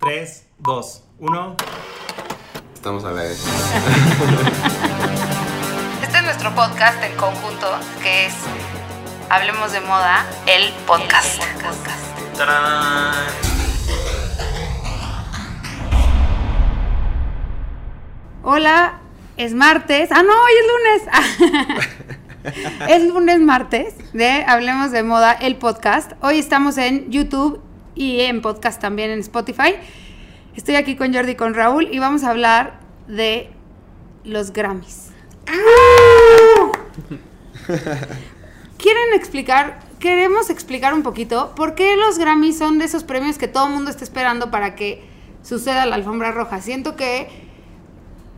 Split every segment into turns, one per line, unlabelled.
3, 2, 1.
Estamos a la vez.
Este es nuestro podcast en conjunto, que es Hablemos de Moda, el podcast. Hola, es martes. Ah, no, hoy es lunes. es lunes martes de Hablemos de Moda, el podcast. Hoy estamos en YouTube y en podcast también en Spotify. Estoy aquí con Jordi y con Raúl y vamos a hablar de los Grammys. ¿Quieren explicar? Queremos explicar un poquito por qué los Grammys son de esos premios que todo el mundo está esperando para que suceda la alfombra roja. Siento que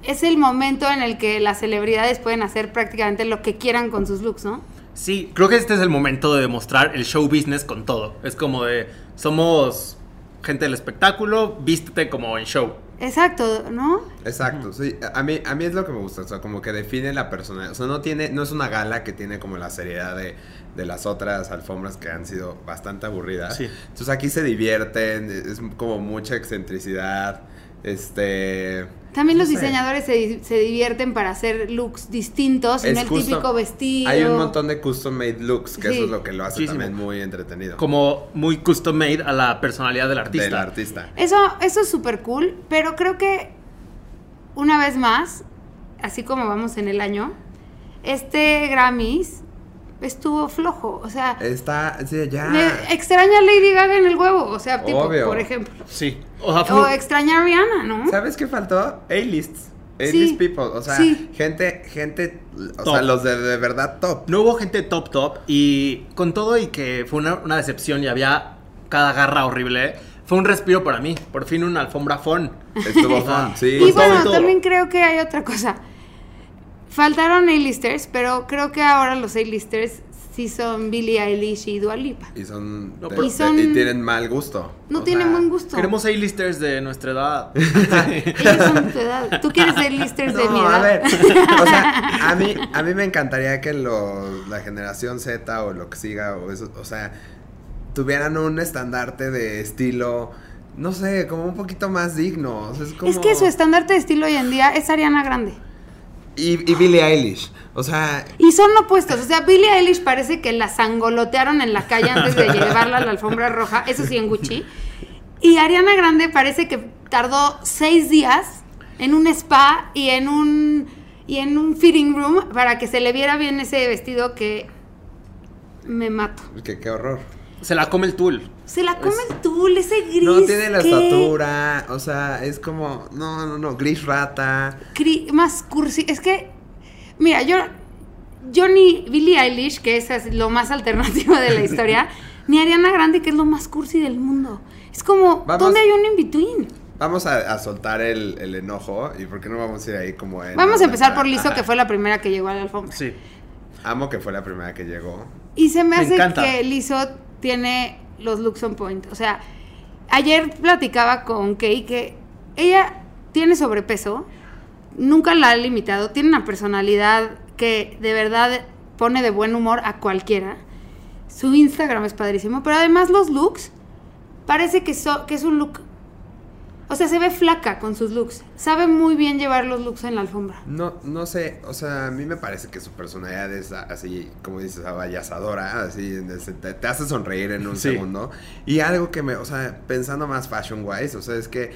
es el momento en el que las celebridades pueden hacer prácticamente lo que quieran con sus looks, ¿no?
Sí, creo que este es el momento de demostrar el show business con todo. Es como de, somos gente del espectáculo, vístete como en show.
Exacto, ¿no?
Exacto, sí. A mí, a mí es lo que me gusta, o sea, como que define la persona. O sea, no tiene, no es una gala que tiene como la seriedad de, de las otras alfombras que han sido bastante aburridas.
Sí.
Entonces aquí se divierten, es como mucha excentricidad. Este.
También los
no sé.
diseñadores se, di- se divierten para hacer looks distintos,
Es
no el
justo-
típico vestido.
Hay un montón de custom made looks, que
Sí.
eso es lo que lo hace
Muchísimo.
también muy entretenido.
Como muy custom made a la personalidad del artista.
Del artista.
Eso, eso es súper cool, pero creo que una vez más, así como vamos en el año, este Grammys estuvo flojo. O
Eh,
sea,
Está, sí, ya.
me extraña a Lady Gaga en el huevo. O sea, tipo,
ah. Obvio.
por ejemplo.
Sí. O sea,
O
fue-
extraña a Rihanna, ¿no?
¿Sabes qué faltó? A-lists. A-list
¿Mm? Sí.
people. O sea,
Sí.
gente, gente, o
Top.
sea, los de, de verdad top.
no hubo gente top top y con todo y que fue una, una decepción y había cada garra horrible, fue un respiro para mí. Por fin una alfombra fun.
Estuvo fun, sí.
Y
Pues todo,
bueno,
todo.
también creo que hay otra cosa. Faltaron A-listers, pero creo que ahora los A-listers sí son Billie Eilish y Dua Lipa.
Y son,
No,
de-
pero-
de-
Y son-
y tienen mal gusto.
No
O
tienen
sea,
buen gusto.
Queremos A-listers de nuestra edad.
Ellos son de tu edad. Tú quieres A-listers de mi
No,
edad.
a ver. O sea, a mí, a mí me encantaría que los- la generación Z o lo que siga, o, eso, o sea, tuvieran un estandarte de estilo, no sé, como un poquito más digno. o sea, es, como...
Es que su estandarte de estilo hoy en día es Ariana Grande.
Y, y Billie Eilish. O sea,
Y son opuestos. O sea, Billie Eilish parece que la zangolotearon en la calle antes de llevarla a la alfombra roja. Eso sí, en Gucci. Y Ariana Grande parece que tardó seis días en un spa y en un, y en un fitting room para que se le viera bien ese vestido que me mato.
que qué horror.
Se la come el tool.
Se la come el tul, ese gris.
No tiene la
que-
estatura, o sea, es como, no, no, no, gris rata.
cri- más cursi. Es que, mira, yo, yo ni Billie Eilish, que esa es lo más alternativo de la historia, ni Ariana Grande, que es lo más cursi del mundo. Es como,
Vamos.
¿dónde hay un in-between?
Vamos a, a soltar el, el enojo y por qué no vamos a ir ahí como en
Vamos a
orden
empezar por
para-
Lizzo,
Ajá.
que fue la primera que llegó a la alfombra.
Sí.
Amo que fue la primera que llegó.
Y se me,
Me
hace
encanta.
que Lizzo tiene los looks on point. O sea, ayer platicaba con Kay que ella tiene sobrepeso, nunca la ha limitado, tiene una personalidad que de verdad pone de buen humor a cualquiera. Su Instagram es padrísimo, pero además los looks parece que, so- que es un look. O sea, se ve flaca con sus looks. Sabe muy bien llevar los looks en la alfombra.
No, no sé, o sea, a mí me parece que su personalidad es a- así, como dices, abayazadora, así, en ese- te, te hace sonreír en un
Sí.
segundo. Y algo que me, o sea, pensando más fashion wise, o sea, es que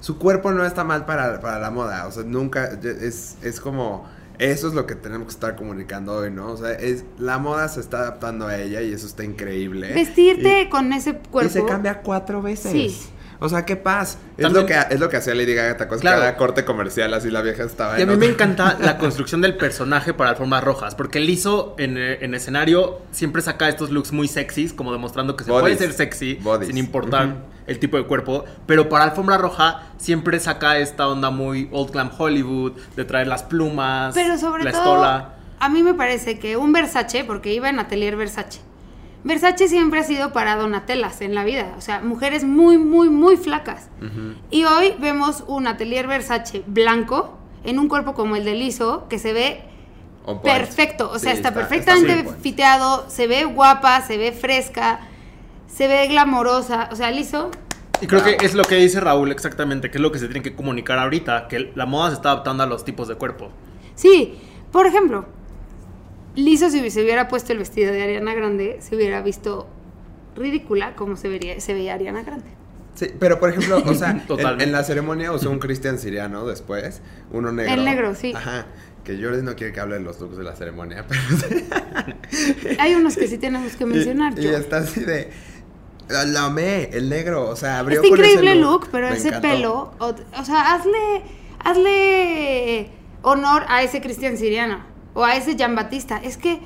su cuerpo no está mal para, para la moda, o sea, nunca, yo- es, es como, eso es lo que tenemos que estar comunicando hoy, ¿no? O sea, es, la moda se está adaptando a ella y eso está increíble.
Vestirte con ese
Eh, Y- y
cuerpo.
se cambia cuatro veces.
Sí.
O sea, qué paz. Es
También-
lo, que, es lo que hacía Lady Gaga, ¿te acuerdas?
Claro.
Cada corte comercial, así la vieja estaba
Y a
en
mí me
otro-
encanta la construcción del personaje para alfombras rojas, porque Lizo en, eh, en escenario siempre saca estos looks muy sexys, como demostrando que se puede
Bodies.
ser sexy
Bodies.
sin importar
Ujú.
el tipo de cuerpo, pero para alfombra roja siempre saca esta onda muy old glam Hollywood, de traer las plumas,
Pero sobre
la
todo,
estola.
a mí me parece que un Versace, porque iba en Atelier Versace, Versace siempre ha sido para donatelas en la vida, o sea, mujeres muy, muy, muy flacas. Y hoy vemos un Atelier Versace blanco en un cuerpo como el de Lizo, que se ve
On point.
perfecto, o sea,
Sí,
está, perfectamente
está on point.
fiteado, se ve guapa, se ve fresca, se ve glamorosa, o sea, Lizo,
Y creo que es lo que dice Raúl exactamente, que es lo que se tiene que comunicar ahorita, que la moda se está adaptando a los tipos de cuerpo.
Sí, por ejemplo, Lisa si se hubiera puesto el vestido de Ariana Grande, se hubiera visto ridícula como se, vería, se veía Ariana Grande.
Sí, pero por ejemplo, o sea, en,
Totalmente.
en la ceremonia usó un Cristian Siriano después, uno negro.
El negro, sí.
Ajá. Que Jordi no quiere que hable de los looks de la ceremonia, pero
Hay unos que sí tenemos que mencionar.
Y, y
yo.
está así de. La amé, el negro, o sea, abrió
Este
con ese
increíble look, pero
me
ese
encantó.
pelo, o, o sea, hazle, hazle honor a ese Cristian Siriano o a ese Jean Batista. Es que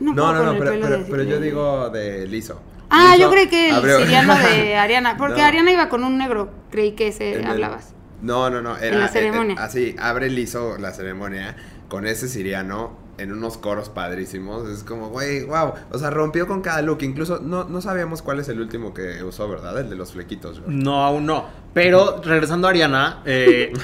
no,
No, no,
puedo con
no,
el
pero,
pelo
pero-
de-
pero yo digo de liso.
Ah,
Liso
yo creí que el
abrió-
siriano de Ariana, porque
No.
Ariana iba con un negro, creí que ese
En el-
hablabas.
No, no, no. Era,
la
eh, eh,
ceremonia.
así, abre liso la ceremonia con ese siriano en unos coros padrísimos. Es como, güey, wow. O sea, rompió con cada look. Incluso no, no sabíamos cuál es el último que usó, ¿verdad? El de los flequitos. güey.
No, aún no. Pero regresando a Ariana, eh,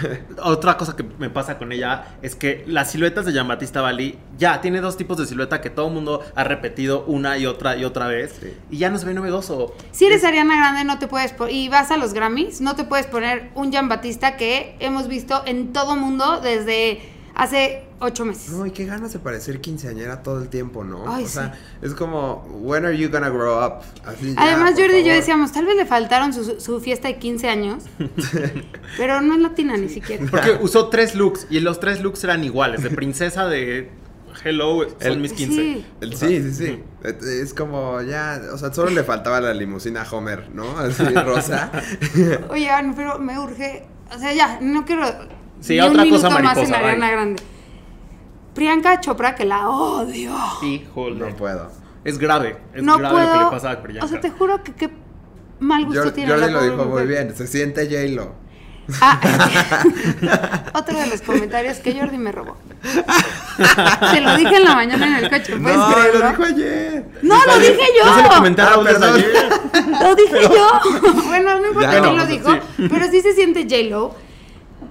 otra cosa que me pasa con ella es que las siluetas de Giambattista Bali ya tiene dos tipos de silueta que todo el mundo ha repetido una y otra y otra vez.
Sí.
Y ya no se ve novedoso.
Si eres Ariana Grande no te puedes po- y vas a los Grammys, no te puedes poner un Jean Batista que hemos visto en todo mundo desde hace ocho meses.
No, y qué ganas de parecer quinceañera todo el tiempo, ¿no?
Ay,
o sea, es como, when are you gonna grow up? Así ya,
Además,
por
Jordi y yo
favor.
decíamos, tal vez le faltaron su, su fiesta de 15 años, pero no es latina ni siquiera.
Porque usó tres looks y los tres looks eran iguales. De princesa de Hello, son
El-
mis 15.
Sí.
El- sí, sí, sí. Es- Es como ya, o sea, solo le faltaba la limusina Homer, ¿no? Así rosa.
Oye, Anu, pero me urge, o sea, ya, no quiero
Sí,
ni
a otra
un
cosa
minuto más en
mariposa,
Ariana
bye.
Grande. Priyanka Chopra, que la odio.
Híjole.
No puedo.
Es grave. Es
no
grave
puedo.
lo que le pasa a Priyanka.
O sea, te juro que qué mal gusto
Jor-
tiene
Jordi
la
lo
pobre
dijo muy
mujer.
bien. Se siente J-Lo.
Ah, otro de los comentarios que Jordi me robó. Te lo dije en la mañana en el coche, ¿puedes
No,
creerlo?
lo dijo ayer.
No, lo dije yo.
Ya se lo comenté a
Ah,
Raúl desde
perdón.
ayer.
Lo dije yo. bueno, no importa
Ya,
quién
no,
lo
sí.
dijo, pero sí se siente J-Lo.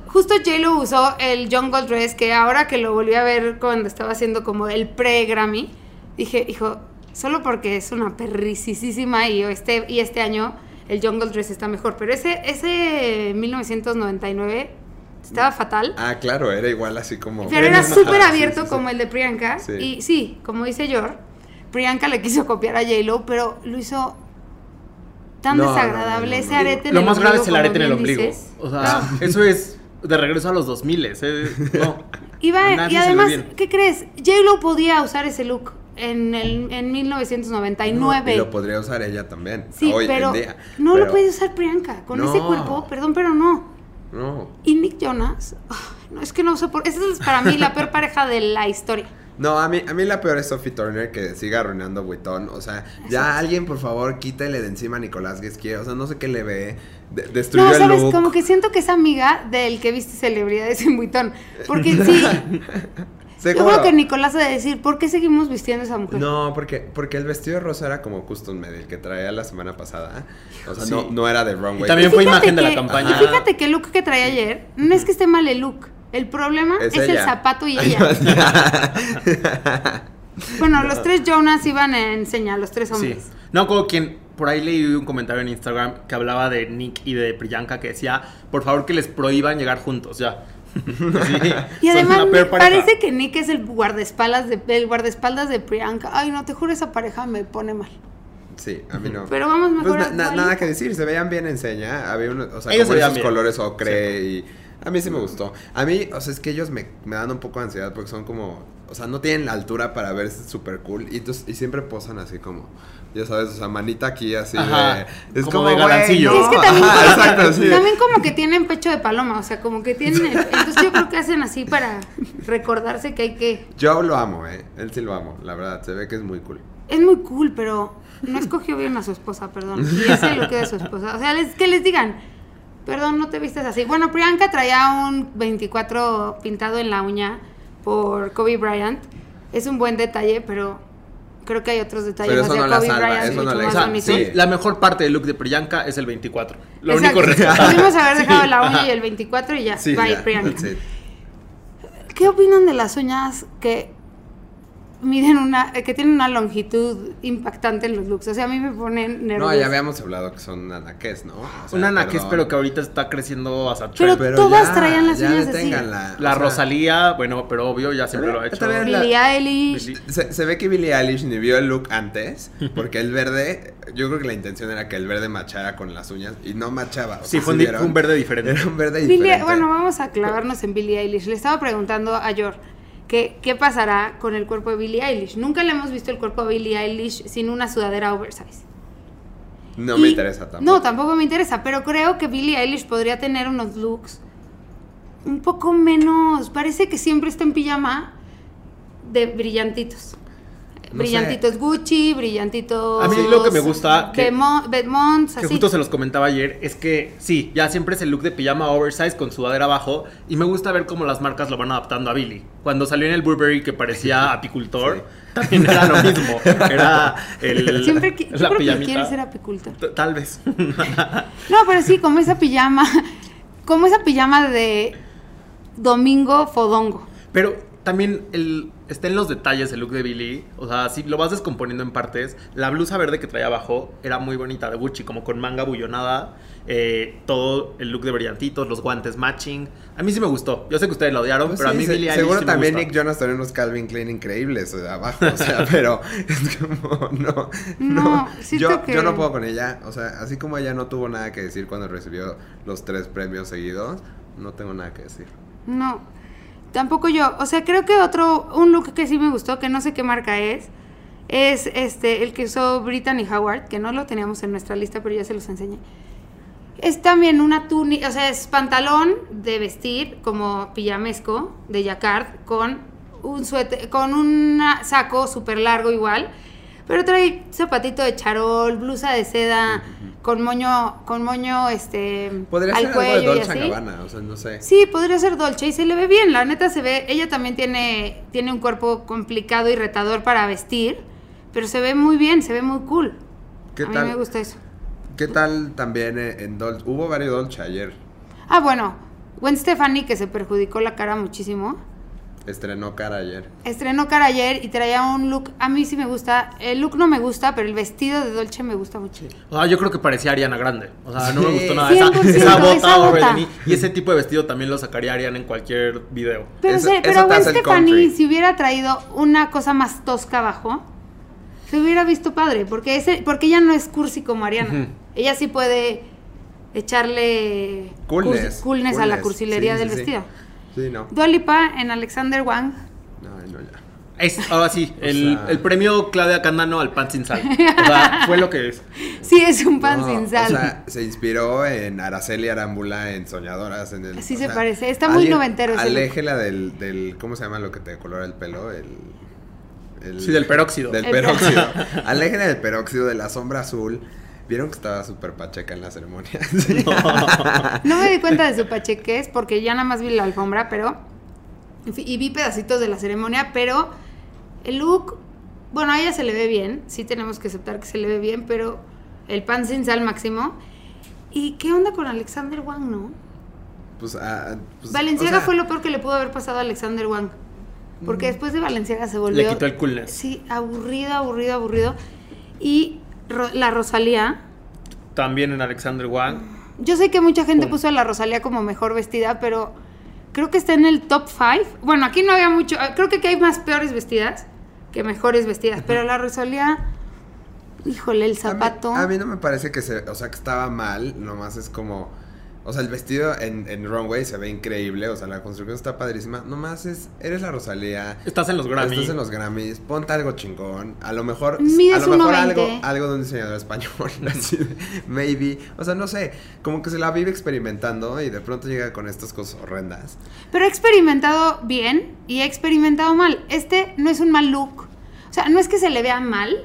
Justo J-Lo usó el Jungle Dress, que ahora que lo volví a ver cuando estaba haciendo como el pre-Grammy, dije, hijo, solo porque es una perricisísima y este, y este año el Jungle Dress está mejor. Pero ese, ese 1999 estaba fatal.
Ah, claro, era igual así como.
Pero era
Ajá, sí,
súper abierto
sí, sí.
como el de Priyanka.
Sí.
Y sí, como dice Yor, Priyanka le quiso copiar a J-Lo, pero lo hizo tan
No, no,
desagradable.
no, no, no.
Ese arete en
Lo
el
más grave es el
ombligo,
arete en el
como bien
ombligo.
dices.
O sea, eso es de regreso a los 2000. Eh. No.
Iba-
Nadie se
y
ve
además,
bien.
¿qué crees? J-Lo podía usar ese look en, el, en
No,
1999.
y lo podría usar ella también.
sí,
hoy en
pero
día.
no lo
Pero-
puede usar Priyanka. Con ese
No.
cuerpo, perdón, pero no.
No.
Y Nick Jonas, no, es que no uso por... Esa es para mí la peor pareja de la historia.
No, a mí, a mí la peor es Sophie Turner que siga arruinando Vuitton. O sea, ya alguien, por favor, quítele de encima a Nicolás Guesquier. O sea, no sé qué le ve. De- destruyó
No, sabes,
el look.
como que siento que es amiga del que viste celebridades en Buitón. Porque sí, yo
Seguro.
creo que Nicolás ha de decir, ¿por qué seguimos vistiendo a esa mujer?
No, porque, porque el vestido de rosa era como custom made, el que traía la semana pasada. O sea,
Sí.
no, no era de runway.
Y también
Y
fue
fíjate
imagen de la
que-
campaña.
Y fíjate que el look que traía ayer, no es que esté mal el look. El problema es,
Es
el
ella.
zapato y ella. bueno, los tres Jonas iban en señal, los tres
Sí.
hombres.
No, como quien. Por ahí leí un comentario en Instagram que hablaba de Nick y de Priyanka que decía, por favor que les prohíban llegar juntos, ya. Sí,
Y
son
además
la
me
peor pareja.
parece que Nick es el guardaespaldas de, el guardaespaldas de Priyanka. Ay, no, te juro, esa pareja me pone mal.
Sí, a mí no.
Pero vamos mejor
Pues na-
a
na-
Dua
nada
Lipa.
que decir, se veían bien en seña. Había unos, o sea,
Ellos se
como
veían
esos
bien.
colores ocre y a mí sí me gustó. A mí, o sea, es que ellos me, me dan un poco de ansiedad porque son como, o sea, no tienen la altura para verse súper cool y, entonces- y siempre posan así como, ya sabes, o sea, manita aquí así
Ajá,
de... Es
como
como,
de
güey,
galancillo.
no,
Es que también,
ajá,
como,
exacto, sí.
también como que tienen pecho de paloma, o sea, como que tienen... Entonces yo creo que hacen así para recordarse que hay que...
Yo lo amo, eh. Él sí lo amo, la verdad. Se ve que es muy cool.
Es muy cool, pero no escogió bien a su esposa, perdón. Y ese lo que de su esposa. O sea, les- que les digan, perdón, no te vistes así. Bueno, Priyanka traía un 24 pintado en la uña por Kobe Bryant. Es un buen detalle, pero creo que hay otros detalles
Pero eso
hacia
no la
Kobe
salva,
Bryant
eso no
mucho
la-
O
más
sea,
bonitos.
sí, la mejor parte del look de Priyanka es el 24. Lo
Exacto.
único respetable.
Pudimos haber dejado la uña
Ajá.
y el 24 y ya.
Sí,
Bye,
ya,
Priyanka.
sí.
¿Qué opinan de las uñas que miden una, eh, que tienen una longitud impactante en los looks. O sea, a mí me ponen nerviosa.
No, ya habíamos hablado que son anaqués, ¿no? O sea,
Una naques,
perdón.
pero que ahorita está creciendo hasta
Pero
Trump.
todas traían las
ya
uñas así.
deténganla,
La
o sea,
Rosalía, bueno, pero obvio, ya siempre
pero
lo ha hecho.
también la-
Billie Eilish.
Billie-
Se, se ve que Billie Eilish ni vio el look antes, porque el verde, yo creo que la intención era que el verde machara con las uñas y no machaba. o
Sí,
sea,
fue un, di-
vieron?
un verde diferente.
Era un verde
Billie-
diferente.
bueno, vamos a clavarnos en Billie Eilish. Le estaba preguntando a Yor que qué pasará con el cuerpo de Billie Eilish. Nunca le hemos visto el cuerpo de Billie Eilish sin una sudadera oversize.
no
Y-
me interesa tampoco.
No, tampoco me interesa, pero creo que Billie Eilish podría tener unos looks un poco menos. Parece que siempre está en pijama de brillantitos.
No
brillantitos Gucci, brillantitos.
A mí lo que me gusta que-
Bemo- Bedmonts,
Que
así.
justo se los comentaba ayer, es que sí, ya siempre es el look de pijama oversize con sudadera abajo y me gusta ver cómo las marcas lo van adaptando a Billy. Cuando salió en el Burberry que parecía apicultor,
Sí.
también era lo mismo, era el,
Siempre qui- yo
la
creo que
pijamita.
quiere ser apicultor.
T- Tal vez.
No, pero sí, como esa pijama, como esa pijama de domingo fodongo.
Pero también el, está en los detalles el look de Billy. O sea, si lo vas descomponiendo en partes, la blusa verde que traía abajo era muy bonita de Gucci, como con manga bullonada, eh, todo el look de brillantitos, los guantes matching. A mí sí me gustó. Yo sé que ustedes la odiaron,
Pues
pero
sí,
a mí
se-
Billy
Seguro también Nick Jonas tenía unos Calvin Klein increíbles o sea, abajo, o sea, pero es como, no.
No, siento
yo,
que-
yo no puedo con ella, o sea, así como ella no tuvo nada que decir cuando recibió los tres premios seguidos, no tengo nada que decir.
No, tampoco yo. O sea, creo que otro, un look que sí me gustó, que no sé qué marca es, es este, el que usó Brittany Howard, que no lo teníamos en nuestra lista, pero ya se los enseñé. Es también una túnica, o sea, es pantalón de vestir como pijamesco de jacquard con un suéter, con un saco súper largo igual, pero trae zapatito de charol, blusa de seda con moño, con moño este
Podría
al
ser
cuello
algo de
y
Dolce
así.
Gabbana, o sea, no sé.
Sí, podría ser Dolce y se le ve bien, la neta se ve, ella también tiene, tiene un cuerpo complicado y retador para vestir, pero se ve muy bien, se ve muy cool.
¿Qué
a
tal?
mí me gusta eso.
¿Qué tal también eh, en Dolce? Hubo varios Dolce ayer.
Ah, bueno, Gwen Stefani, que se perjudicó la cara muchísimo,
Estrenó cara ayer.
estrenó cara ayer y traía un look, a mí sí me gusta, el look no me gusta, pero el vestido de Dolce me gusta mucho.
O sea, yo creo que parecía Ariana Grande. O sea, no me
Sí.
gustó nada. Esa,
100%
esa bota,
esa
over
bota.
the knee. Y ese tipo de vestido también lo sacaría Ariana en cualquier video.
Pero,
Eso-
se-
eso
pero
te
Gwen
hace el
Stefani,
country.
si hubiera traído una cosa más tosca abajo, se hubiera visto padre, porque ese, porque ella no es cursi como Ariana.
Ujú.
Ella sí puede echarle
Coolness.
cursi- coolness a la
coolness.
cursilería
Sí,
del
sí, sí.
vestido.
Sí, no.
Dua Lipa en Alexander Wang.
Ay, no, ya.
Es, ahora sí,
O
el,
sea-
el premio Claudia Candano al pan sin sal. O sea, fue lo que es.
Sí, es un pan
No,
sin sal.
O sea, se inspiró en Araceli Arámbula, en Soñadoras, en el.
Sí
o
se
sea,
parece, está muy
alguien-
noventero ese look.
Aléjela del, del. ¿Cómo se llama lo que te colora el pelo? El. el-
Sí, del peróxido.
Del
El
peróxido. Aléjela del peróxido, de la sombra azul. ¿Vieron que estaba súper pacheca en la ceremonia? Sí.
No me di cuenta de su pachequés porque ya nada más vi la alfombra, pero. en fin, Y vi pedacitos de la ceremonia, pero el look. Bueno, a ella se le ve bien. Sí, tenemos que aceptar que se le ve bien, pero el pan sin sal máximo. ¿Y qué onda con Alexander Wang, no?
Pues, ah, pues,
Valenciaga
o sea,
fue lo peor que le pudo haber pasado a Alexander Wang. Porque después de Valenciaga se volvió.
Le quitó el coolness.
Sí, aburrido, aburrido, aburrido. Y Ro- la Rosalía.
También en Alexander Wang.
Yo sé que mucha gente
Pum.
puso a la Rosalía como mejor vestida, pero creo que está en el top 5. Bueno, aquí no había mucho. ah, Creo que aquí hay más peores vestidas que mejores vestidas, pero la Rosalía. Híjole, el
a mí-
zapato.
A mí, no me parece que se. O sea, que estaba mal. Nomás es como. O sea, el vestido en, en Runway se ve increíble. O sea, la construcción está padrísima. Nomás es. Eres la Rosalía.
Estás en los Grammy.
Pues Estás en los Grammys, ponte algo chingón. A lo mejor,
Mides
a lo mejor
1.20.
algo, algo de un diseñador español, así de, maybe. O sea, no sé, como que se la vive experimentando y de pronto llega con estas cosas horrendas.
Pero he experimentado bien y he experimentado mal. Este no es un mal look. O sea, no es que se le vea mal,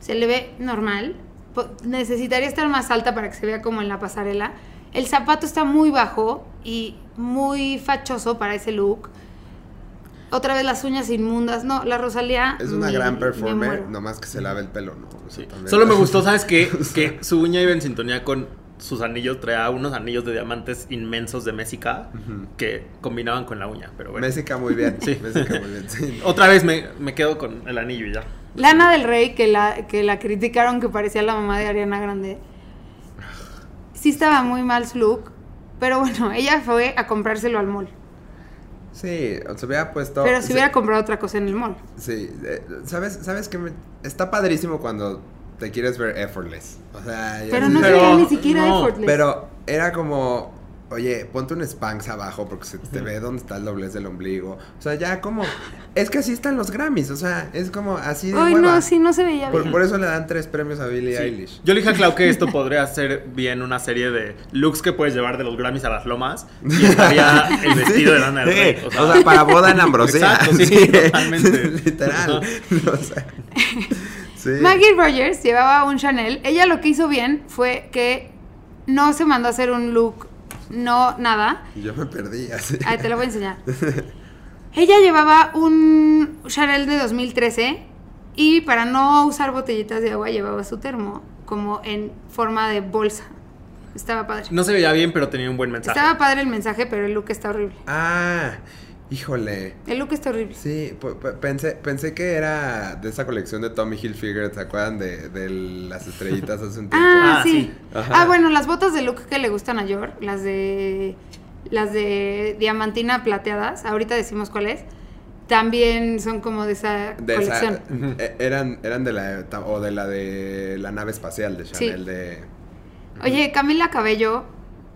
se le ve normal. Po- Necesitaría estar más alta para que se vea como en la pasarela. El zapato está muy bajo y muy fachoso para ese look. Otra vez las uñas inmundas. No, la Rosalía.
Es una
me-
gran
me
performer,
muero.
nomás que se lave el pelo, ¿no? O sea,
Sí.
también-
Solo me gustó, ¿sabes qué? Que su uña iba en sintonía con sus anillos traía unos anillos de diamantes inmensos de Mésica que combinaban con la uña, pero bueno.
Mésica muy bien.
Sí. Oh.
Mésica muy bien. sí.
Otra vez me, me quedo con el anillo y ya.
Lana del Rey, que la, que la criticaron que parecía la mamá de Ariana Grande. Sí estaba muy mal su look, pero bueno, ella fue a comprárselo al mall.
Sí, se hubiera puesto.
pero si
se-
hubiera comprado otra cosa en el mall.
Sí, eh, ¿sabes, sabes que está padrísimo cuando te quieres ver effortless? O sea, ya-
Pero no
Pero-
sería ni siquiera
no,
effortless.
pero era como, oye, ponte un Spanx abajo porque se te ve dónde está el doblez del ombligo. O sea, ya como, es que así están los Grammys, o sea, es como así de
Ay,
hueva.
no, sí, no se veía
por,
bien.
por eso le dan tres premios a Billie
Sí.
Eilish.
Yo le dije a Clau que esto podría ser bien una serie de looks que puedes llevar de los Grammys a las lomas y estaría el vestido de Lana del
Sí,
Rey.
o sea, para boda en Ambrosía.
Exacto, sí, totalmente.
Literal. O sea, sí.
Maggie Rogers llevaba un Chanel. Ella lo que hizo bien fue que no se mandó a hacer un look, no nada.
Yo me perdí así.
Ah, te lo voy a enseñar. Ella llevaba un Chanel de 2013 y para no usar botellitas de agua llevaba su termo como en forma de bolsa. Estaba padre.
no se veía bien, pero tenía un buen mensaje.
Estaba padre el mensaje, pero el look está horrible.
Ah, híjole.
El look está horrible.
Sí, pe- pe- pensé, pensé que era de esa colección de Tommy Hilfiger, ¿se acuerdan de, de las estrellitas hace un tiempo?
Ah,
Ah,
sí.
sí. Ajá.
Ah, bueno, las botas de look que le gustan a Yor, las de las de diamantina plateadas, ahorita decimos cuáles, también son como de esa
de esa-
colección.
eh, eran, eran de la ta- o de la de la nave espacial de Chanel de
Oye, Camila Cabello,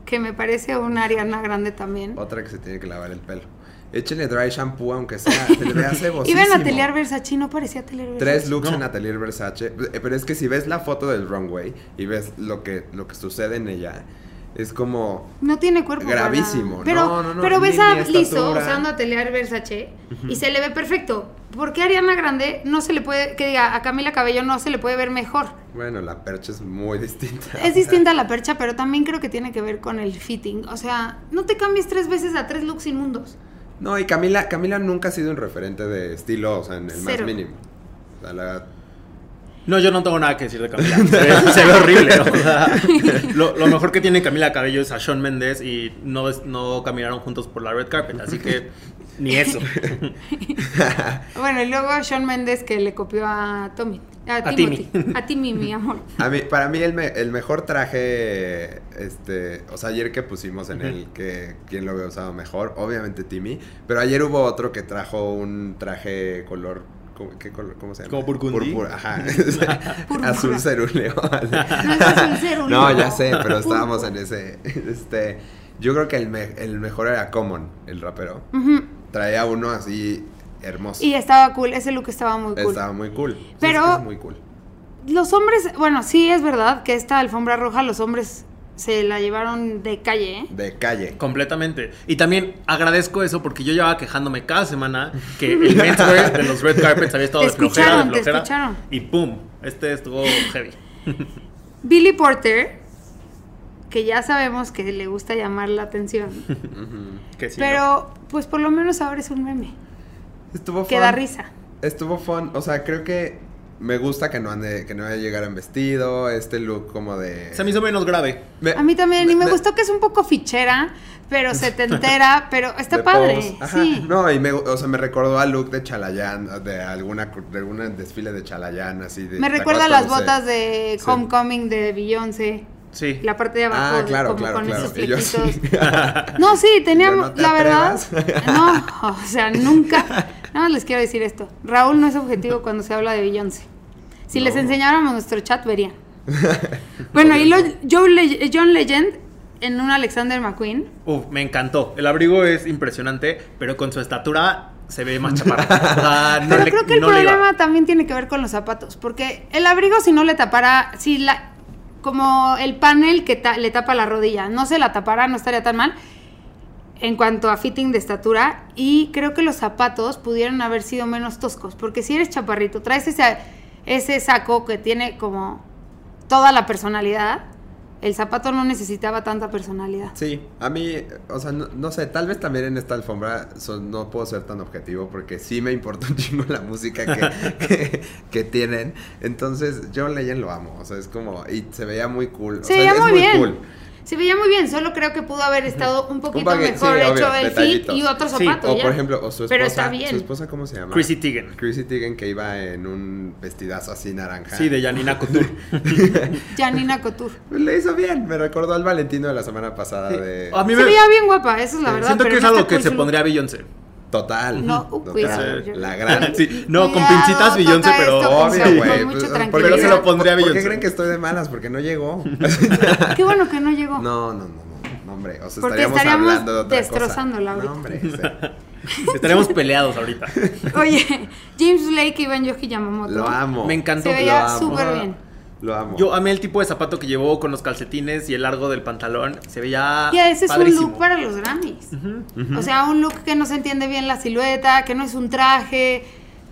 que me parece una Ariana Grande también.
otra que se tiene que lavar el pelo. Échenle dry shampoo aunque sea, se le vea cebosísimo.
Iban a Teliar Versace, no parecía Teliar Versace.
Tres looks
No.
en Atelier Versace. Eh, Pero es que si ves la foto del runway y ves lo que, lo que sucede en ella, es como.
No tiene cuerpo. para-
Gravísimo.
Pero,
No, no, no,
pero
ni-
ves a
ni
Liso
estatura.
usando Atelier Versace y se le ve perfecto. ¿Por qué a Ariana Grande no se le puede, que diga, a Camila Cabello no se le puede ver mejor?
Bueno, la percha es muy distinta.
Es distinta a la percha, pero también creo que tiene que ver con el fitting. O sea, no te cambies tres veces a tres looks inmundos.
No, y Camila, Camila nunca ha sido un referente de estilo, o sea, en el
Cero.
más mínimo. O sea, la-
No, yo no tengo nada que decir de Camila. Se ve, se ve horrible. ¿no? O sea, lo, lo mejor que tiene Camila Cabello es a Sean Méndez y no, es- no caminaron juntos por la red carpet, así que ni eso.
Bueno, y luego Sean Méndez que le copió a Tommy. A,
A
Timothy.
Timmy.
A Timmy, mi amor.
a mí, para mí el, me- el mejor traje, este, o sea, ayer que pusimos en el que quién lo había usado mejor, obviamente Timmy, pero ayer hubo otro que trajo un traje color, ¿cómo- ¿qué color? ¿Cómo se llama?
¿Como burgundí?
Púrpura, ajá.
Púrpura.
Azul cerúleo.
No es azul cerúleo.
No, ya sé, pero
Púrpura.
estábamos en ese, este, yo creo que el, me- el mejor era Common, el rapero.
Ujú.
Traía uno así hermoso.
Y estaba cool, ese look estaba muy cool.
Estaba muy cool. Sí,
Pero-
es que es muy cool.
Los hombres, bueno, sí es verdad que esta alfombra roja los hombres se la llevaron de calle, ¿eh?
De calle.
Completamente. Y también agradezco eso porque yo llevaba quejándome cada semana que el menswear de los red carpets había estado
Te
de flojera, de
escucharon, te
flojera.
escucharon.
Y pum, este estuvo heavy.
Billy Porter, que ya sabemos que le gusta llamar la atención,
Que sí, ¿no?
pero pues por lo menos ahora es un meme,
Estuvo
que
fun.
da risa.
Estuvo fun. O sea, creo que me gusta que no ande, que no haya llegado en vestido. Este look como de.
Se me hizo menos grave.
Me-
A mí también, y me, gustó que es un poco fichera, pero se te entera, pero está
de
padre,
pose. Ajá.
sí.
No, y me, o sea, me recordó al look de Chalayán, de alguna, de algún desfile de Chalayán, así de.
Me
¿te
recuerda
acuerdas
las
cuando se-
botas de
sí.
Homecoming de Beyoncé.
Sí.
La parte de abajo,
Ah, claro,
como
claro,
con
claro.
esos
Y yo
flequitos.
sí.
No, sí, teníamos,
Yo, ¿no te
la
atrevas?
verdad, no, o sea, nunca, nada más les quiero decir esto, Raúl no es objetivo cuando se habla de Beyoncé. Si les
No.
enseñáramos nuestro chat, verían. Bueno, y lo, Joe Le- John Legend en un Alexander McQueen,
Uf, me encantó. El abrigo es impresionante, pero con su estatura se ve más chaparro. O sea, no
pero
le-
creo que el
no le iba.
problema también tiene que ver con los zapatos, porque el abrigo si no le tapara, si la, como el panel que ta- le tapa la rodilla, no se la tapara, no estaría tan mal en cuanto a fitting de estatura y creo que los zapatos pudieron haber sido menos toscos, porque si eres chaparrito, traes ese, ese saco que tiene como toda la personalidad, el zapato no necesitaba tanta personalidad.
Sí, a mí, o sea, no, no sé, tal vez también en esta alfombra so- no puedo ser tan objetivo porque sí me importa un chingo la música que, que, que tienen. Entonces, John Legend lo amo, o sea, es como, y se veía muy cool. o
Se
sea,
veía
es
muy bien.
cool.
Se veía muy bien, solo creo que pudo haber estado un poquito
baguette,
mejor
sí,
hecho
obvio,
el
detallitos.
fit y otro
Sí,
zapato.
O
ya.
por ejemplo, o su esposa,
Pero está bien.
su esposa, ¿cómo se llama?
Chrissy Teigen.
Chrissy Teigen que iba en un vestidazo así naranja.
Sí, de Janina Couture.
Janina Couture.
Pues, Le hizo bien, me recordó al Valentino de la semana pasada
Sí.
de...
Eh, A mí
Se
me-
veía bien guapa, eso es la
Sí,
verdad.
Siento
pero
que es
no
algo
está
que
cool
se
su-
pondría Beyoncé.
Total.
No, uh, cuidado, yo-
La gran.
Sí, no, con
Cuidado,
pincitas Beyoncé,
toca
pero
esto con
Ah, Obvio,
obvio,
con
güey.
mucha
pues,
tranquilidad.
¿por qué
Pero se lo pondría
¿Por qué
Beyoncé.
creen que estoy de malas? Porque no llegó.
Qué bueno que no llegó.
No, no, no, no, no, hombre. O sea,
Porque
estaríamos,
estaríamos
hablando de otra cosa.
destrozándola ahorita.
No, hombre. sí.
Estaríamos peleados ahorita.
Oye, James Blake iba en Yoji Yamamoto.
Lo amo.
Me encantó.
Se
Lo
veía
amo.
súper bien.
Lo amo.
Yo amé el tipo de zapato que llevó con los calcetines y el largo del pantalón. Se
Ah,
veía.
Ya, ese es
padrísimo.
un look para los Grammys. O sea, un look que no se entiende bien la silueta, que no es un traje.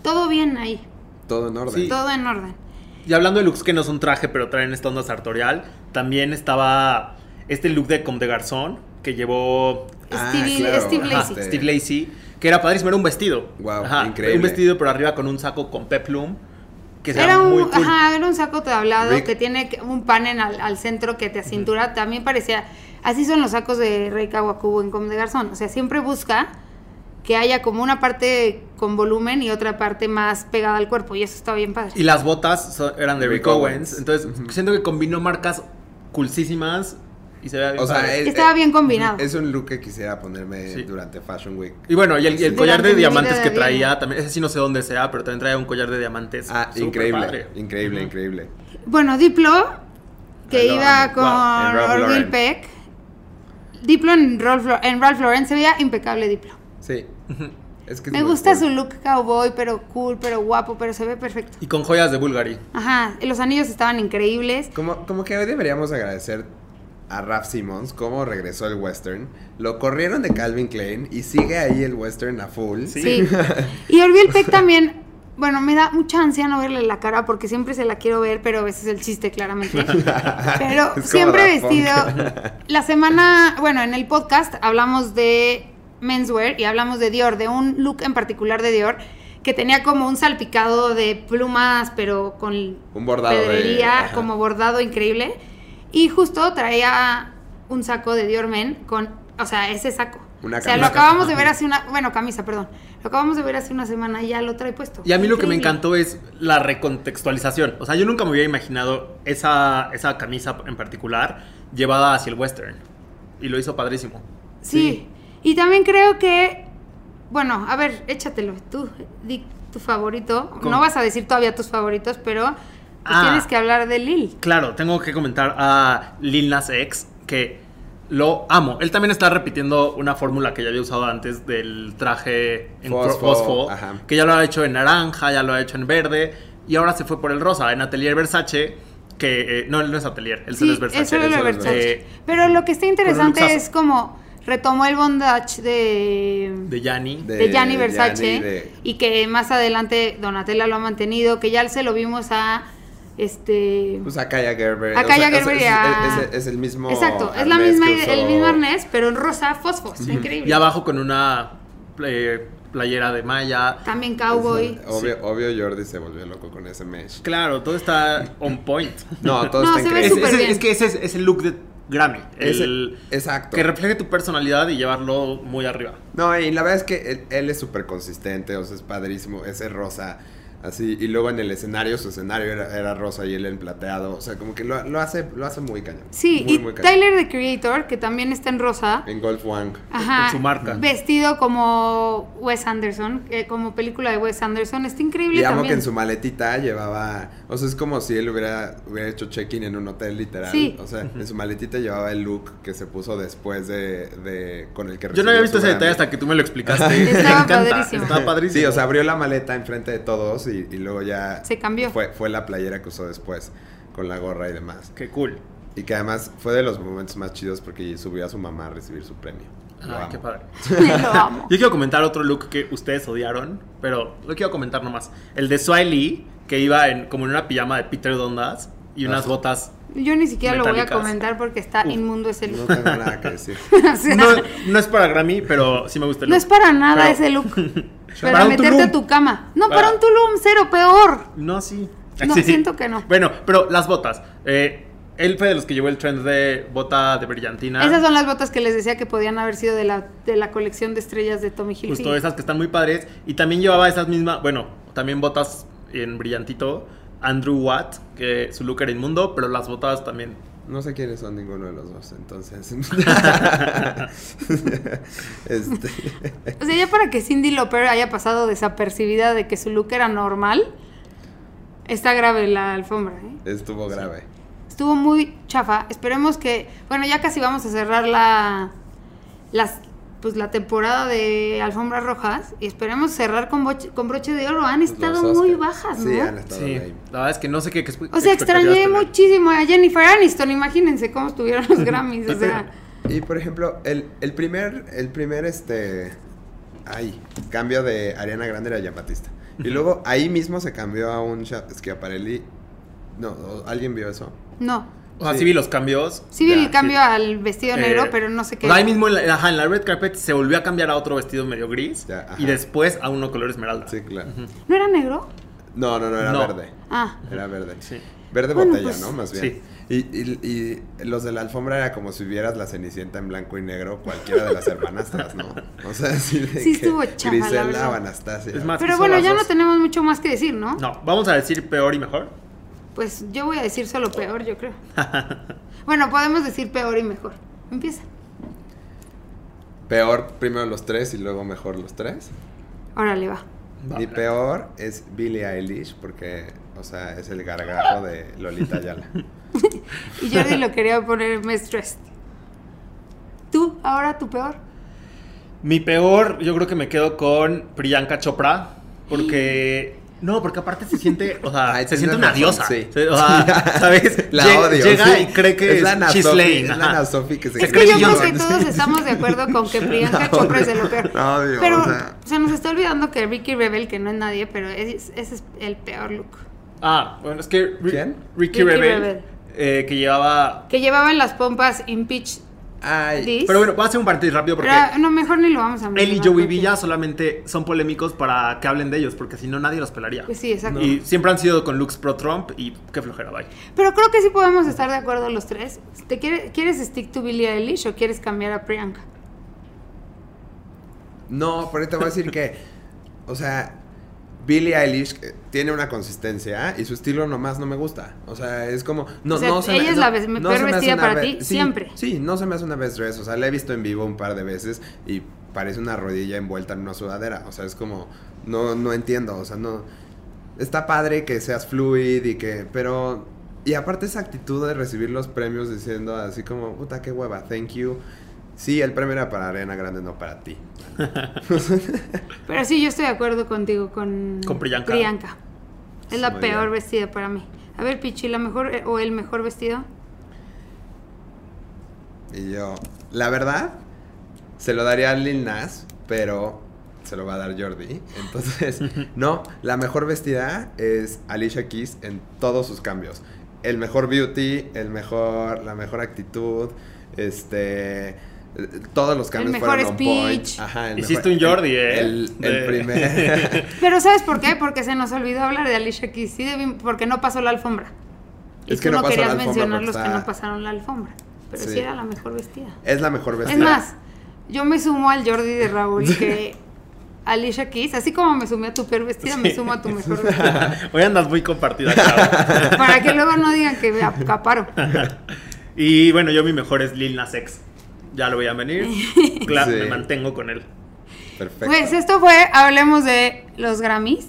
Todo bien ahí,
Todo en orden.
Sí.
todo en orden.
Y hablando de looks que no son traje, pero traen esta onda sartorial, también estaba este look de Comme de Garzón que llevó
Ah,
Stevie-
claro,
Steve
ajá,
Lacy.
este,
Steve Lacey, que era padrísimo, era un vestido.
Guau, increíble.
Un vestido, pero arriba con un saco con peplum, que se
Era
muy
un,
cool.
ajá, era un saco tablado
Rick-
que tiene que- un panel al, al centro que te acintura. También parecía. Así son los sacos de Rey Kawakubo en Comme de Garzón. O sea, siempre busca que haya como una parte con volumen y otra parte más pegada al cuerpo. Y eso está bien padre.
Y las botas so- eran de
Rick
Rick Owens.
Owens.
Entonces, siento que combinó marcas culsísimas y se veía bien
O sea,
padre.
es- eh,
Estaba bien combinado.
Es un look que quisiera ponerme
Sí.
durante Fashion Week.
Y bueno, y el, y el
Durante
collar de
mi vida
diamantes
de
que
Diana.
traía, también, ese sí no sé dónde sea, pero también traía un collar de diamantes.
Ah,
súper
increíble.
padre.
Increíble, increíble.
Bueno, Diplo, que
Ay, lo
iba
amo.
con
Wow, en Ralph
Orville
Lauren.
Peck. Diplo en Ralph, Lau- en Ralph Lauren se veía impecable Diplo.
Sí. Es que es
Me
muy
gusta
cool.
su look cowboy, pero cool, pero guapo, pero se ve perfecto.
Y con joyas de Bulgari.
Ajá, los anillos estaban increíbles.
Como, como que hoy deberíamos agradecer a Raf Simmons cómo regresó el western. Lo corrieron de Calvin Klein y sigue ahí el western a full.
Sí. Y Orville Peck también, bueno, me da mucha ansia no verle la cara porque siempre se la quiero ver, pero a veces el chiste claramente. Pero
como
siempre
Daft Punk.
vestido. La semana, bueno, en el podcast hablamos de menswear y hablamos de Dior, de un look en particular de Dior que tenía como un salpicado de plumas, pero con
Un bordado de-
pedrería,
ajá.
como bordado increíble. Y justo traía un saco de Dior Men con, o sea, ese saco.
Una
o sea, lo
camisa.
acabamos de ver hace una, bueno, camisa, perdón. Lo acabamos de ver hace una semana y ya lo trae puesto.
Y a mí lo que me
Increíble.
encantó es la recontextualización. O sea, yo nunca me hubiera imaginado esa, esa camisa en particular llevada hacia el western. Y lo hizo padrísimo.
Sí. Y también creo que, bueno, a ver, échatelo tú, di tu favorito.
¿Cómo?
No vas a decir todavía tus favoritos, pero pues,
Ah.
tienes que hablar de Lil.
Claro, tengo que comentar a Lil Nas X, que lo amo. Él también está repitiendo una fórmula que ya había usado antes del traje en fo-
Fosfo,
fosfo,
ajá.
que ya lo ha hecho en naranja, ya lo ha hecho en verde, y ahora se fue por el rosa, en Atelier Versace, que... eh, no, él no es Atelier, él solo
Sí,
es Versace.
eso es
él
lo
solo es
Versace.
De,
pero lo que está
luxazo.
interesante es como retomó el bondage de
de Gianni.
De-
de Gianni Versace
Gianni, de-
y que más adelante Donatella lo ha mantenido, que ya se lo vimos a este
Pues a Kaya Gerber.
A Kaya
es-
Gerber y
es,
a-
es- es- es el mismo.
Exacto, es la
arnés
misma
que usó-
el mismo arnés, pero en rosa fosfo, está increíble.
Y abajo con una eh, playera de malla.
También
Ujú,
cowboy.
Obvio, obvio Jordi se volvió loco con ese mesh.
Claro, todo está on point.
No, todo
No,
está
se
increíble.
ve
Es,
súper
es-
bien.
es que ese es, es el look de Grammy.
Ese-
el-
exacto.
Que refleje tu personalidad y llevarlo muy arriba.
No, y la verdad es que él, él es súper consistente, o sea, es padrísimo, ese rosa, así, y luego en el escenario, su escenario era, era rosa y él en plateado, o sea, como que lo, lo hace, lo hace muy cañón.
Sí,
muy,
y
muy cañón.
Tyler the Creator, que también está en rosa.
En Golf Wang.
Ajá,
en su marca.
Vestido como Wes Anderson, eh, como película de Wes Anderson. Está increíble
Y amo que
también.
en su maletita llevaba, o sea, es como si él hubiera, hubiera hecho check-in en un hotel literal.
Sí.
O sea, en su maletita llevaba el look que se puso después de, de con el que
Yo no había
recibió
visto
su
ese detalle
Grammy.
hasta que tú me lo explicaste.
Estaba
me encanta.
padrísimo.
Estaba padrísimo.
Sí, o sea, abrió la maleta enfrente de todos y, y luego ya...
Se cambió.
Fue, fue la playera que usó después, con la gorra y demás.
Qué cool.
Y que además fue de los momentos más chidos porque subió a su mamá a recibir su premio. Lo
Ay,
amo.
Ah, qué padre.
Lo amo.
Yo quiero comentar otro look que ustedes odiaron, pero lo quiero comentar nomás. El de Swiley, que iba en, como en una pijama de Peter Dondas y unas
Ah.
botas
Yo ni siquiera lo voy a
Metálicas.
comentar porque está inmundo ese
No
look.
tengo nada que decir.
O sea,
No,
no,
no es para Grammy, pero sí me gusta el
es
look.
para nada
Pero-
ese look. Para,
Para un
meterte
tulum.
a tu cama. No,
Para-
para un tulum cero peor.
No, sí.
No,
Sí.
siento que no.
Bueno, pero las botas. Eh, él fue de los que llevó el trend de bota de brillantina.
Esas son las botas que les decía que podían haber sido de la, de la colección de estrellas de Tommy Hilfiger.
Justo esas que están muy padres. Y también llevaba esas mismas, bueno, también botas en brillantito. Andrew Watt, que su look era inmundo, pero las botas también.
No sé quiénes son ninguno de los dos, entonces. este,
O sea, ya para que Cindy Loper haya pasado desapercibida de que su look era normal, está grave la alfombra. ¿eh?
estuvo grave.
Estuvo muy chafa. Esperemos que. Bueno, ya casi vamos a cerrar la. Las, pues la temporada de alfombras rojas. Y esperemos cerrar con, boche- con broche de oro. Han estado
Los
muy
Oscar.
bajas, ¿no?
Sí, han estado ahí.
la verdad es que no sé qué. qué expe-
O sea, extrañé
expectativas tener.
muchísimo a Jennifer Aniston. Imagínense cómo estuvieron los Grammys. O sea,
Y por ejemplo, el, el primer, el primer este ay, cambio de Ariana Grande a Jean Batista. Y luego ahí mismo se cambió a un Scha- Schiaparelli. No, o- ¿alguien vio eso?
no.
O sea, sí.
Sí.
vi los cambios.
Sí vi
Ya,
el cambio
sí.
al vestido negro,
Eh,
pero no sé
o
qué.
sea, ahí mismo en la, ajá, en la red carpet se volvió a cambiar a otro vestido medio gris.
Ya, ajá.
y después a uno color esmeralda.
Sí, claro.
Ujú.
¿No era negro?
No, no, no, era
No.
verde.
Ah.
Era verde.
Sí.
Verde
Bueno,
botella,
pues,
¿no? Más bien. Y, y- y los de la alfombra era como si vieras la Cenicienta en blanco y negro, cualquiera de las hermanastras, ¿no? O sea, así de
Sí,
que
estuvo chafa, la
Griselda
verdad.
o Anastasia.
Es más-
Pero
son
bueno,
Ah, las
ya no
dos.
tenemos mucho más que decir, ¿no?
No, vamos a decir peor y mejor.
Pues yo voy a decir solo peor, yo creo. bueno, podemos decir peor y mejor. Empieza.
Peor primero los tres y luego mejor los tres.
Órale, va.
Mi peor es Billie Eilish porque, o sea, es el gargajo de Lolita Ayala.
Y Jordi lo quería poner más stressed. ¿Tú ahora tu peor?
Mi peor, yo creo que me quedo con Priyanka Chopra. Porque. No, porque aparte se siente. O sea,
Ay,
Ah, se
Ah, tienes
siente una
razón,
diosa.
sí.
Se- O sea, ¿sabes?
La
Llega-
odio.
Llega
sí.
y cree que es,
la Ana
she's
Sophie,
lame,
Es
ajá.
la Ana Sophie que se
Es
Es
cree
que yo creo
Beyoncé.
que todos estamos de acuerdo con que Priyanka Chopra es de lo peor.
No, digo,
pero
o sea-
se nos está olvidando que Ricky Rebel, que no es nadie, pero es- ese es el peor look.
Ah, bueno, es que. Ri-
¿Quién?
Ricky,
Ricky
Rebel.
Rebel.
eh, que llevaba.
Que llevaban las pompas Impeach
Ay,
This.
Pero bueno, voy a hacer un partido rápido porque.
Ra- no, mejor ni lo vamos a mencionar.
Él y Joey
porque-
Villa solamente son polémicos para que hablen de ellos, porque si no nadie los pelaría.
Pues sí, exacto.
Y siempre han sido con looks pro Trump y qué flojera, bye.
Pero creo que sí podemos estar de acuerdo los tres. ¿Te quiere- ¿Quieres stick to Billie Eilish o quieres cambiar a Priyanka?
no, pero te voy a decir que, o sea, Billie Eilish eh, tiene una consistencia y su estilo nomás no me gusta. O sea, es como, no,
O sea,
no se
ella
me,
es
no-
la ves-
no
peor
se me hace
vestida
una
para
be-
ti,
sí,
siempre.
Sí, no se me hace una best dress. O sea, la he visto en vivo un par de veces y parece una rodilla envuelta en una sudadera. O sea, es como, no, no entiendo. O sea, no. Está padre que seas fluid y que. Pero. Y aparte esa actitud de recibir los premios diciendo así como, puta, qué hueva, thank you. Sí, el premio era para Arena Grande, no para ti.
Pero sí, yo estoy de acuerdo contigo con,
Con Priyanka.
Es la
Muy
peor
bien.
vestida para mí. A ver, Pichi, ¿la mejor eh, o el mejor vestido?
Y yo, la verdad, se lo daría a Lil Nas, pero se lo va a dar Jordi. Entonces, no, la mejor vestida es Alicia Keys en todos sus cambios. El mejor beauty, el mejor, la mejor actitud, este, eh, todos los cambios
mejor
fueron on point.
speech.
Ajá, el
Hiciste un Jordi, ¿eh?
El, el
De-
primer.
Pero ¿sabes por qué? Porque se nos olvidó hablar de Alicia Keys. Sí, debim- porque no pasó la alfombra. Y
Es
tú
que no
no
pasó la
querías
alfombra
mencionar
porque
los que
está-
no pasaron la alfombra. Pero sí,
Sí. Pues
era la mejor vestida.
es la mejor
Es
vestida.
más, yo me sumo al Jordi de Raúl que Alicia Keys, así como me sumé a tu peor vestida, me sumo a tu mejor vestida.
Hoy andas muy compartida, chava.
Para que luego no digan que me acaparo.
Y bueno, yo mi mejor es Lil Nas X. Ya lo voy a venir. Claro,
Sí.
me mantengo con él.
Perfecto.
Pues esto fue Hablemos de los Grammys.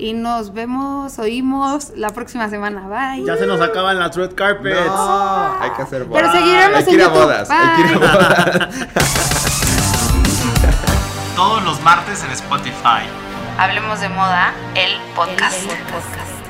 Y nos vemos, oímos la próxima semana. Bye.
Ya se nos acaban las red carpets.
no, hay que hacer bodas.
Pero seguiremos
hay que
en
ir a
YouTube.
bodas, hay que ir a
Bye.
bodas.
Todos los martes en Spotify.
Hablemos de moda, el podcast.
El podcast.